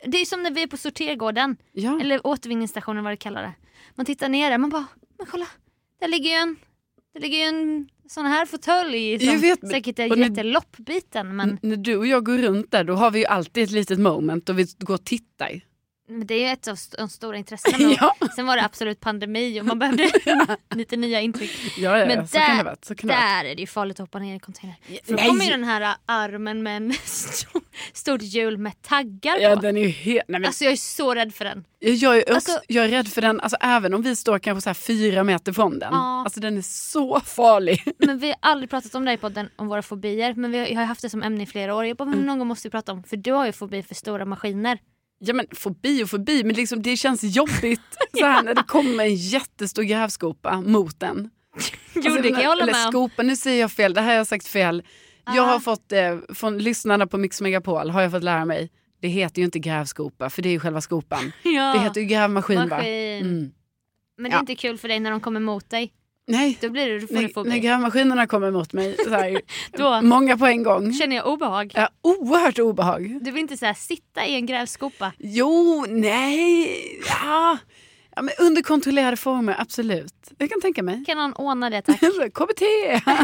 Speaker 2: Det är som när vi är på sortergården.
Speaker 1: Ja.
Speaker 2: Eller återvinningsstationen vad du kallar det. Man tittar ner där man bara, men kolla. Där ligger ju en, där ligger ju en sån här fåtölj. Som
Speaker 1: Jag vet, men-
Speaker 2: säkert
Speaker 1: och
Speaker 2: är
Speaker 1: nu-
Speaker 2: jätteloppbiten. Men,
Speaker 1: N- När du och jag går runt där då har vi ju alltid ett litet moment då vi går och tittar.
Speaker 2: men det är ju ett av st- de stora intressena.
Speaker 1: Mm. Ja,
Speaker 2: Sen var det absolut pandemi och man behövde lite nya intryck.
Speaker 1: ja, ja,
Speaker 2: Men
Speaker 1: så kan
Speaker 2: där-
Speaker 1: det vara. Så kan det vara.
Speaker 2: Där är det ju farligt att hoppa ner i en container. För då
Speaker 1: Nej.
Speaker 2: kommer ju den här ä, armen med en stor, stort hjul med taggar
Speaker 1: Ja,
Speaker 2: på.
Speaker 1: den är ju helt... Nej, men
Speaker 2: Alltså jag är så rädd för den.
Speaker 1: Jag är, också,
Speaker 2: Alltså-
Speaker 1: jag är rädd för den, alltså, även om vi står kanske så här fyra meter från den.
Speaker 2: Ja.
Speaker 1: Alltså den är så farlig.
Speaker 2: Men vi har aldrig pratat om det i podden, om våra fobier. Men vi har, jag har haft det som ämne i flera år. Jag bara,
Speaker 1: Mm.
Speaker 2: men någon gång måste vi prata om. För du har ju fobi för stora maskiner.
Speaker 1: Ja men fobi och fobi, men liksom, det känns jobbigt så här, när det kommer en jättestor grävskopa mot den.
Speaker 2: Jo
Speaker 1: Alltså,
Speaker 2: det
Speaker 1: den-
Speaker 2: kan jag hålla
Speaker 1: eller
Speaker 2: med om.
Speaker 1: skopa, nu säger jag fel, det här har jag sagt fel. Jag
Speaker 2: Ah.
Speaker 1: har fått, eh, från lyssnarna på Mix Megapol har jag fått lära mig, det heter ju inte grävskopa för det är ju själva skopan.
Speaker 2: Ja.
Speaker 1: Det heter ju grävmaskin va?
Speaker 2: Ah. Maskin.
Speaker 1: Mm.
Speaker 2: Men det är
Speaker 1: Ja.
Speaker 2: inte kul för dig när de kommer mot dig.
Speaker 1: Nej,
Speaker 2: Då blir det, då får du
Speaker 1: när, när
Speaker 2: fobi.
Speaker 1: grävmaskinerna kommer mot mig, så här,
Speaker 2: Då
Speaker 1: många på en gång.
Speaker 2: känner jag obehag.
Speaker 1: Ja, oerhört obehag.
Speaker 2: Du vill inte så här, sitta i en grävskopa.
Speaker 1: Jo, nej, ja. ja men under kontrollerade former, absolut. Jag kan tänka mig.
Speaker 2: Kan någon ordna det tack?
Speaker 1: KBT!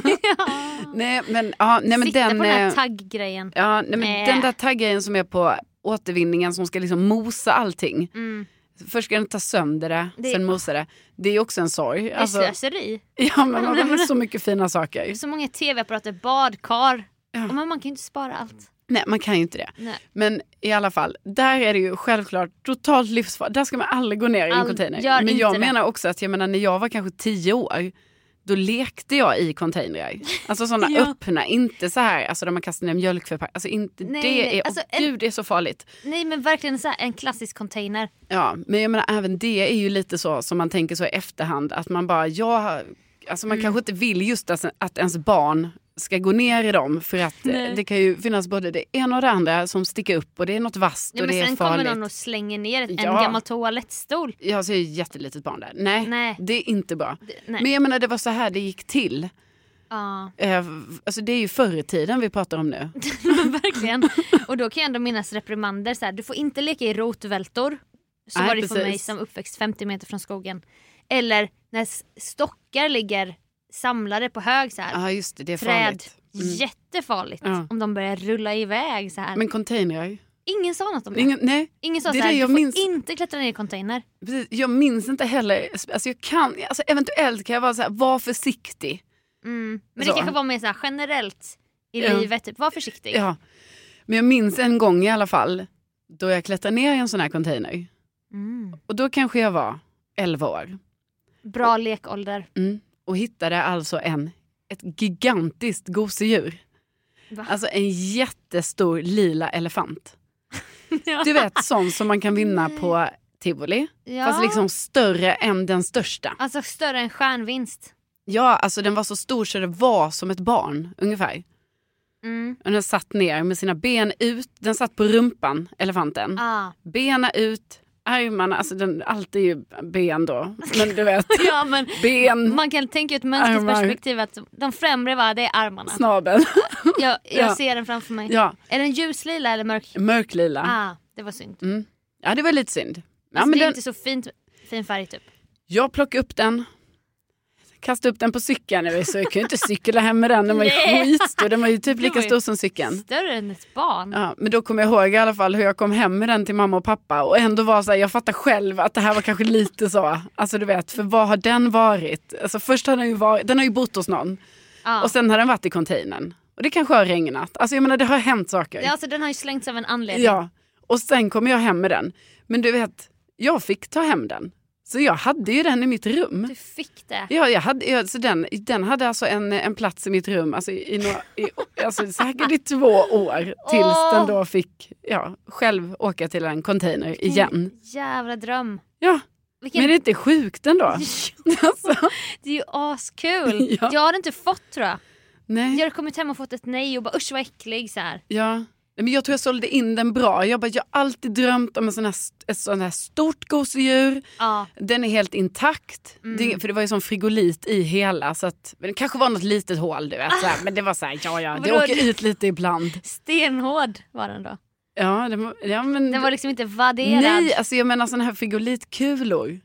Speaker 2: Ja.
Speaker 1: nej, men, ja, nej, men
Speaker 2: Sitta
Speaker 1: den,
Speaker 2: på den här
Speaker 1: eh,
Speaker 2: tagggrejen.
Speaker 1: ja, nej, men
Speaker 2: Nej.
Speaker 1: den där taggen som är på återvinningen som ska liksom mosa allting.
Speaker 2: Mm.
Speaker 1: Först ska den ta sönder det,
Speaker 2: Det-
Speaker 1: sen mosa det. Det är ju också en sorg.
Speaker 2: Det är
Speaker 1: Alltså,
Speaker 2: slöseri.
Speaker 1: ja, men man
Speaker 2: Nej,
Speaker 1: har
Speaker 2: men-
Speaker 1: så mycket fina saker.
Speaker 2: Så många tv-apparater, badkar.
Speaker 1: Ja.
Speaker 2: Och Men man kan ju inte spara allt.
Speaker 1: Nej, man kan ju inte det.
Speaker 2: Nej.
Speaker 1: Men i alla fall, där är det ju självklart totalt livsfarligt. Där ska man aldrig gå ner i en
Speaker 2: Ald-
Speaker 1: container.
Speaker 2: gör
Speaker 1: Men
Speaker 2: inte
Speaker 1: jag
Speaker 2: det.
Speaker 1: menar också att jag menar, när jag var kanske tio år, då lekte jag i containrar. Alltså sådana
Speaker 2: Ja.
Speaker 1: öppna, inte så här alltså, där man kastar ner mjölkförpackningar. Alltså inte
Speaker 2: Nej,
Speaker 1: det
Speaker 2: nej.
Speaker 1: är,
Speaker 2: Alltså,
Speaker 1: åh,
Speaker 2: en-
Speaker 1: gud det är så farligt.
Speaker 2: Nej men verkligen så här, en klassisk container.
Speaker 1: Ja, men jag menar även det är ju lite så som man tänker så i efterhand att man bara, ja, alltså
Speaker 2: Mm.
Speaker 1: man kanske inte vill just att, att ens barn ska gå ner i dem för att eh,
Speaker 2: Nej.
Speaker 1: det kan ju finnas både det ena och det andra som sticker upp och det är något vasst
Speaker 2: Ja,
Speaker 1: och
Speaker 2: men
Speaker 1: det är
Speaker 2: sen
Speaker 1: farligt.
Speaker 2: kommer någon och slänger ner en
Speaker 1: Ja.
Speaker 2: gammal toalettstol.
Speaker 1: Jag ser ju ett jättelitet barn där. Nej,
Speaker 2: Nej.
Speaker 1: det är inte bra.
Speaker 2: Det- Nej.
Speaker 1: Men jag menar det var så här det gick till.
Speaker 2: Ja,
Speaker 1: Eh, alltså det är ju förr i tiden vi pratar om nu.
Speaker 2: verkligen. Och då kan jag ändå minnas reprimander. Så här, du får inte leka i rotvältor. Så
Speaker 1: Nej,
Speaker 2: var det för
Speaker 1: precis.
Speaker 2: mig som uppväxt 50 meter från skogen. Eller när s- stockar ligger samlade på hög så här.
Speaker 1: Ja ah, just det, det är
Speaker 2: Träd.
Speaker 1: farligt. Mm.
Speaker 2: Jättefarligt
Speaker 1: Ja.
Speaker 2: om de börjar rulla iväg så här.
Speaker 1: Men containrar?
Speaker 2: Ingen sa något om det.
Speaker 1: Ingen, nej,
Speaker 2: Ingen sa
Speaker 1: Det är
Speaker 2: såhär,
Speaker 1: det
Speaker 2: du
Speaker 1: jag
Speaker 2: får
Speaker 1: minns.
Speaker 2: inte klättra ner i container.
Speaker 1: precis. jag minns inte heller. Alltså jag kan, alltså eventuellt kan jag vara så här, var försiktig.
Speaker 2: Mm. Men
Speaker 1: Så.
Speaker 2: det kanske var mer såhär generellt i
Speaker 1: Ja.
Speaker 2: livet, typ, var försiktig.
Speaker 1: Ja. Men jag minns en gång i alla fall då jag klättrade ner i en sån här container.
Speaker 2: Mm.
Speaker 1: Och då kanske jag var 11 år.
Speaker 2: Bra lekålder.
Speaker 1: Mm. Och hittade alltså en, ett gigantiskt gosedjur.
Speaker 2: Va?
Speaker 1: Alltså en jättestor lila elefant.
Speaker 2: Ja.
Speaker 1: Du vet sån som man kan vinna på tivoli.
Speaker 2: ja.
Speaker 1: Fast liksom större än den största.
Speaker 2: Alltså större än stjärnvinst.
Speaker 1: Ja, alltså den var så stor så det var som ett barn ungefär.
Speaker 2: Mm.
Speaker 1: Och den satt ner med sina ben ut. Den satt på rumpan, elefanten.
Speaker 2: Ah.
Speaker 1: Bena ut, armarna, alltså den, allt är ju ben då. Men du vet,
Speaker 2: Ja, men
Speaker 1: ben,
Speaker 2: man kan tänka ut mänskligt
Speaker 1: Armar.
Speaker 2: perspektiv att de främre va, det är armarna.
Speaker 1: snabel.
Speaker 2: Jag, jag
Speaker 1: Ja.
Speaker 2: ser den framför mig.
Speaker 1: Ja,
Speaker 2: Är den ljuslila eller mörk?
Speaker 1: mörklila.
Speaker 2: Ah. Det var synd.
Speaker 1: Mm. Ja, det var lite synd. Ja,
Speaker 2: alltså,
Speaker 1: men
Speaker 2: det är
Speaker 1: den,
Speaker 2: inte så fint, fin färg typ.
Speaker 1: Jag plockade upp den. Kastade upp den på cykeln. Jag, var ju så, jag kunde ju inte cykla hem med den. Den var ju
Speaker 2: Nej.
Speaker 1: skitstor. Den var ju typ
Speaker 2: Det var
Speaker 1: lika
Speaker 2: ju-
Speaker 1: stor som cykeln.
Speaker 2: Större än ett barn.
Speaker 1: Ja, men då kommer jag ihåg i alla fall hur jag kom hem med den till mamma och pappa och ändå var så här, jag fattar själv att det här var kanske lite så, alltså du vet, för vad har den varit? Alltså först har den ju varit, den har ju bott hos någon
Speaker 2: Ja.
Speaker 1: och sen har den varit i containern och det kanske har regnat, alltså jag menar det har hänt saker.
Speaker 2: Ja, alltså, den har ju slängts av en anledning.
Speaker 1: Ja, och sen kommer jag hem med den. Men du vet, jag fick ta hem den. Så jag hade ju den i mitt rum.
Speaker 2: Du fick det.
Speaker 1: Ja, jag hade, jag, så den, den hade alltså en, en plats i mitt rum alltså i, i, några- i, alltså säkert i två år tills
Speaker 2: Åh!
Speaker 1: den då fick ja, själv åka till en container igen.
Speaker 2: Jävla dröm.
Speaker 1: Ja,
Speaker 2: Vilken...
Speaker 1: men det är inte sjukt ändå. Alltså,
Speaker 2: Det är ju askul.
Speaker 1: Ja.
Speaker 2: Jag hade inte fått tror jag. Jag
Speaker 1: nej,
Speaker 2: hade kommit hem och fått ett nej och bara usch vad äcklig så här.
Speaker 1: ja. Nej, Men jag tror jag sålde in den bra. Jag, bara, jag har alltid drömt om en sån här, st- ett sån här stort gosedjur.
Speaker 2: Ja.
Speaker 1: Den är helt intakt.
Speaker 2: Mm.
Speaker 1: Det, för det var ju som frigolit i hela. Så att, men det kanske var något litet hål du vet. Så här, men det var så här, ja ja, det
Speaker 2: Vadå,
Speaker 1: åker ut lite ibland.
Speaker 2: Stenhård var den då.
Speaker 1: Ja, det var, ja men...
Speaker 2: Den var liksom inte vadderad.
Speaker 1: Nej, alltså jag menar sådana här figolitkulor.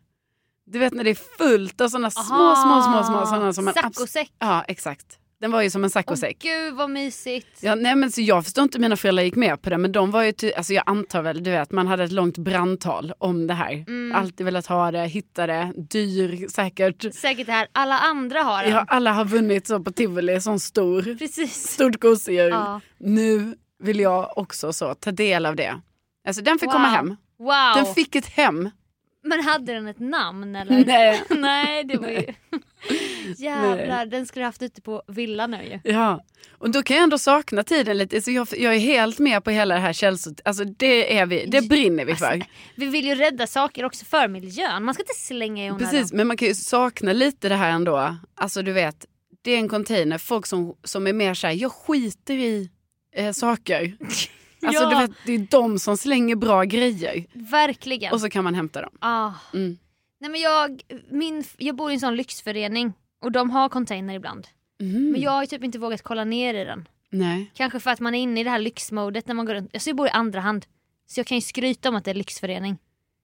Speaker 1: Du vet när det är fullt av sådana små,
Speaker 2: Aha.
Speaker 1: små, små, små sådana som man... abs-
Speaker 2: Saccosäck.
Speaker 1: Ja, exakt. Den var ju som en
Speaker 2: Åh
Speaker 1: saccosäck.
Speaker 2: gud vad mysigt.
Speaker 1: Ja, nej men så jag förstår inte hur mina föräldrar gick med på det men de var ju, ty- alltså jag antar väl, du vet man hade ett långt brandtal om det här.
Speaker 2: Mm.
Speaker 1: Alltid velat ha det, hitta det, dyr säkert.
Speaker 2: Säkert det här, alla andra har den.
Speaker 1: Ja, alla har vunnit så på tivoli, sån stor,
Speaker 2: Precis.
Speaker 1: stort gosedjur.
Speaker 2: Ja.
Speaker 1: Nu vill jag också så ta del av det. Alltså den fick
Speaker 2: Wow.
Speaker 1: komma hem.
Speaker 2: Wow.
Speaker 1: Den fick ett hem.
Speaker 2: Men hade den ett namn eller?
Speaker 1: Nej.
Speaker 2: Nej, det var ju... Jävlar, den skulle jag haft ute på villan nu ju.
Speaker 1: Ja, och då kan jag ändå sakna tiden lite. Så jag, jag är helt med på hela det här källsort. Alltså det, är vi, det brinner vi för.
Speaker 2: Vi vill ju rädda saker också för miljön. Man ska inte slänga i onödan.
Speaker 1: Precis, men man kan ju sakna lite det här ändå. Alltså du vet, det är en container. Folk som, som är mer så här, jag skiter i eh, saker. Alltså
Speaker 2: Ja.
Speaker 1: du vet, det är de som slänger bra grejer.
Speaker 2: Verkligen.
Speaker 1: Och så kan man hämta dem.
Speaker 2: Ah.
Speaker 1: Mm.
Speaker 2: Nej, men jag, min, jag bor i en sån lyxförening och de har container ibland.
Speaker 1: Mhm.
Speaker 2: Men jag har ju typ inte vågat kolla ner i den.
Speaker 1: Nej.
Speaker 2: Kanske för att man är inne i det här lyxmodet när man går runt. Alltså jag bor i andra hand. Så jag kan ju skryta om att det är lyxförening.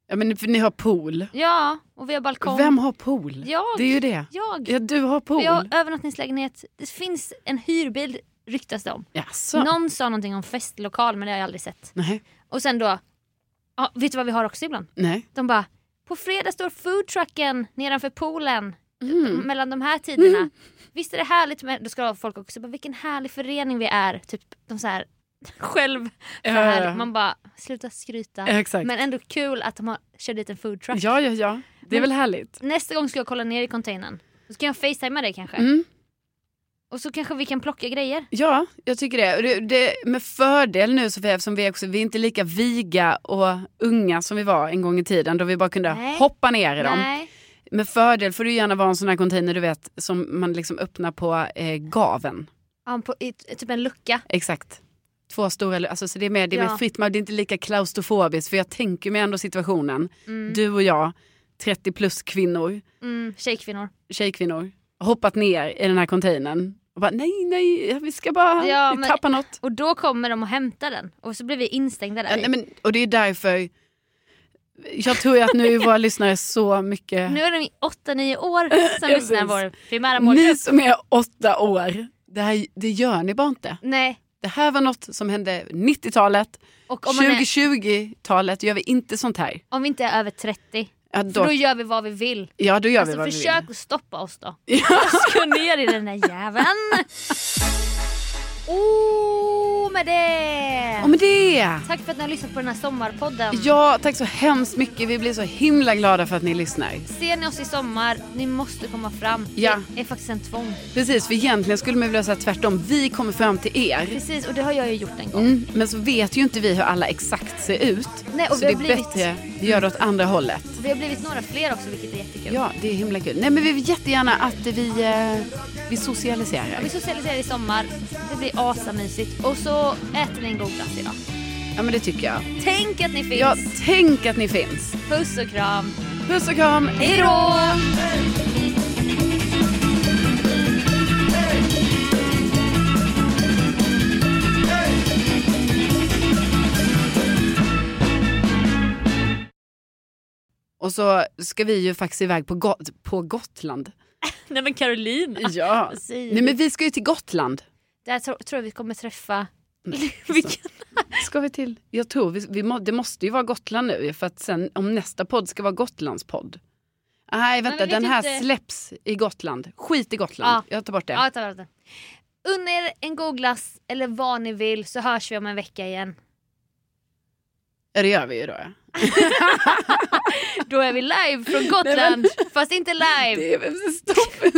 Speaker 1: Ja, men ni, för ni har pool.
Speaker 2: Ja, och vi har balkong.
Speaker 1: Vem har pool?
Speaker 2: Jag.
Speaker 1: Det är ju det.
Speaker 2: Jag.
Speaker 1: Ja, du har
Speaker 2: För
Speaker 1: pool.
Speaker 2: Jag har övernattningslägenhet. Det finns en hyrbil ryktas det om.
Speaker 1: Jaså?
Speaker 2: Någon sa någonting om festlokal men det har jag aldrig sett.
Speaker 1: Nej.
Speaker 2: Och sen då, ja, vet du vad vi har också ibland?
Speaker 1: Nej.
Speaker 2: De bara, på fredag står foodtrucken nedanför poolen
Speaker 1: Mm.
Speaker 2: mellan de här tiderna. Visst är det härligt med, då ska folk också bara vilken härlig förening vi är. Typ de så här själv, så här.
Speaker 1: Ja, ja.
Speaker 2: man bara sluta skryta.
Speaker 1: Eh, Exakt.
Speaker 2: Men ändå kul att de har kört dit en foodtruck.
Speaker 1: Ja, ja, ja. Det är
Speaker 2: Men-
Speaker 1: väl härligt.
Speaker 2: Nästa gång ska jag kolla ner i containern. Så kan jag facetima dig kanske.
Speaker 1: Mm.
Speaker 2: Och så kanske vi kan plocka grejer.
Speaker 1: Ja, jag tycker det. Och det, det med fördel nu Sofia, eftersom vi, också, vi är inte lika viga och unga som vi var en gång i tiden då vi bara kunde
Speaker 2: Nej.
Speaker 1: hoppa ner i dem.
Speaker 2: Nej.
Speaker 1: Med fördel får du gärna vara en sån här container du vet som man liksom öppnar på eh, gaven.
Speaker 2: Ja, på, i, typ en lucka.
Speaker 1: Exakt. Två stora, lu- alltså, så det är mer, det är mer
Speaker 2: Ja.
Speaker 1: fritt, men det är inte lika klaustrofobiskt för jag tänker mig ändå situationen.
Speaker 2: Mm.
Speaker 1: Du och jag, 30 plus kvinnor,
Speaker 2: Mm, tjejkvinnor.
Speaker 1: tjejkvinnor, hoppat ner i den här containern och bara nej, nej, vi ska bara
Speaker 2: Ja,
Speaker 1: vi
Speaker 2: men-
Speaker 1: tappa något.
Speaker 2: Och då kommer de och hämtar den. Och så blir vi instängda där.
Speaker 1: Ja, nej, men, och det är därför jag tror ju att nu är våra lyssnare så mycket...
Speaker 2: Nu är de 8-9 år som
Speaker 1: Precis.
Speaker 2: lyssnar på vår primära
Speaker 1: ni
Speaker 2: målgrupp.
Speaker 1: som är åtta år, det, här, det gör ni bara inte.
Speaker 2: Nej.
Speaker 1: Det här var något som hände 90-talet.
Speaker 2: Och om, man är,
Speaker 1: 2020-talet gör vi inte sånt här.
Speaker 2: om vi inte är över 30,
Speaker 1: Ja,
Speaker 2: för
Speaker 1: då,
Speaker 2: då gör vi vad vi vill.
Speaker 1: ja, då gör vi
Speaker 2: alltså
Speaker 1: vad
Speaker 2: försök
Speaker 1: vi
Speaker 2: att stoppa oss då.
Speaker 1: vill.
Speaker 2: Gå ner i den där jäveln. Oh, med det!
Speaker 1: Och med det!
Speaker 2: Tack för att ni har lyssnat på den här sommarpodden.
Speaker 1: Ja, tack så hemskt mycket. Vi blir så himla glada för att ni lyssnar.
Speaker 2: Ser ni oss i sommar, ni måste komma fram.
Speaker 1: Ja.
Speaker 2: Det är faktiskt en tvång.
Speaker 1: Precis, för egentligen skulle man vilja säga tvärtom. Vi kommer fram till er.
Speaker 2: Precis, och det har jag ju gjort en gång.
Speaker 1: Mm, men så vet ju inte vi hur alla exakt ser ut.
Speaker 2: Nej, och
Speaker 1: så det
Speaker 2: vi har
Speaker 1: är
Speaker 2: blivit-
Speaker 1: bättre, vi gör det åt andra hållet.
Speaker 2: Vi har blivit några fler också vilket är jättekul.
Speaker 1: Mm. Ja, det är himla kul. Nej, men vi vill jättegärna att vi, eh, vi socialiserar.
Speaker 2: Vi socialiserar i sommar, det blir asamysigt. Och så äter ni en god glass idag.
Speaker 1: Ja, men det tycker jag.
Speaker 2: Tänk att ni finns!
Speaker 1: Ja, tänk att ni finns.
Speaker 2: Puss och kram!
Speaker 1: Puss och kram.
Speaker 2: Hej då!
Speaker 1: Och så ska vi ju faktiskt iväg på, Got- på Gotland.
Speaker 2: Nej men Carolina.
Speaker 1: Ja. Nej men vi ska ju till Gotland.
Speaker 2: Där tro, tror jag vi kommer träffa...
Speaker 1: Nej,
Speaker 2: Vilken...
Speaker 1: Ska vi till? Jag tror vi, vi må, det måste ju vara Gotland nu för att sen om nästa podd ska vara Gotlands podd. Nej
Speaker 2: Men
Speaker 1: vänta
Speaker 2: vi vet
Speaker 1: den här
Speaker 2: inte.
Speaker 1: släpps i Gotland. Skit i Gotland. Jag tar bort det.
Speaker 2: Ja, ta, ta, ta. Unna er en god glass eller vad ni vill så hörs vi om en vecka igen.
Speaker 1: Ja, Det gör vi ju då. Ja.
Speaker 2: Då är vi live från Gotland fast inte live.
Speaker 1: Det är väl stopp.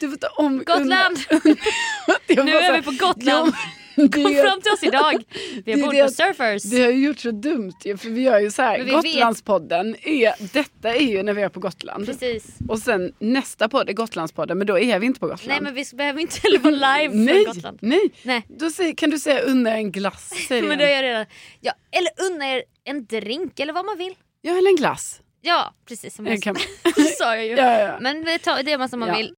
Speaker 1: Du får ta om.
Speaker 2: Gotland!
Speaker 1: Jag
Speaker 2: Nu
Speaker 1: bara
Speaker 2: är
Speaker 1: så-
Speaker 2: vi på Gotland.
Speaker 1: Ja,
Speaker 2: Kom
Speaker 1: det-
Speaker 2: fram till oss idag. Vi
Speaker 1: är
Speaker 2: är
Speaker 1: det
Speaker 2: bord på
Speaker 1: att-
Speaker 2: Surfers.
Speaker 1: Vi har ju gjort så dumt ju, för vi gör ju så här.
Speaker 2: Men vi
Speaker 1: Gotlandspodden, är, detta är ju när vi är på Gotland.
Speaker 2: Precis.
Speaker 1: Och sen nästa podd är Gotlandspodden, men då är vi inte på Gotland.
Speaker 2: Nej men vi behöver inte heller vara live
Speaker 1: nej,
Speaker 2: från Gotland.
Speaker 1: nej.
Speaker 2: Nej.
Speaker 1: Då säger, kan du säga unna en glass? Säger
Speaker 2: Men
Speaker 1: men
Speaker 2: det har jag redan. Ja, eller unna er en drink eller vad man vill.
Speaker 1: Ja, eller en glass.
Speaker 2: Ja precis som
Speaker 1: Jag
Speaker 2: jag
Speaker 1: kan...
Speaker 2: sa jag ju.
Speaker 1: ja, ja.
Speaker 2: Men vi tar det man som man
Speaker 1: Ja.
Speaker 2: vill.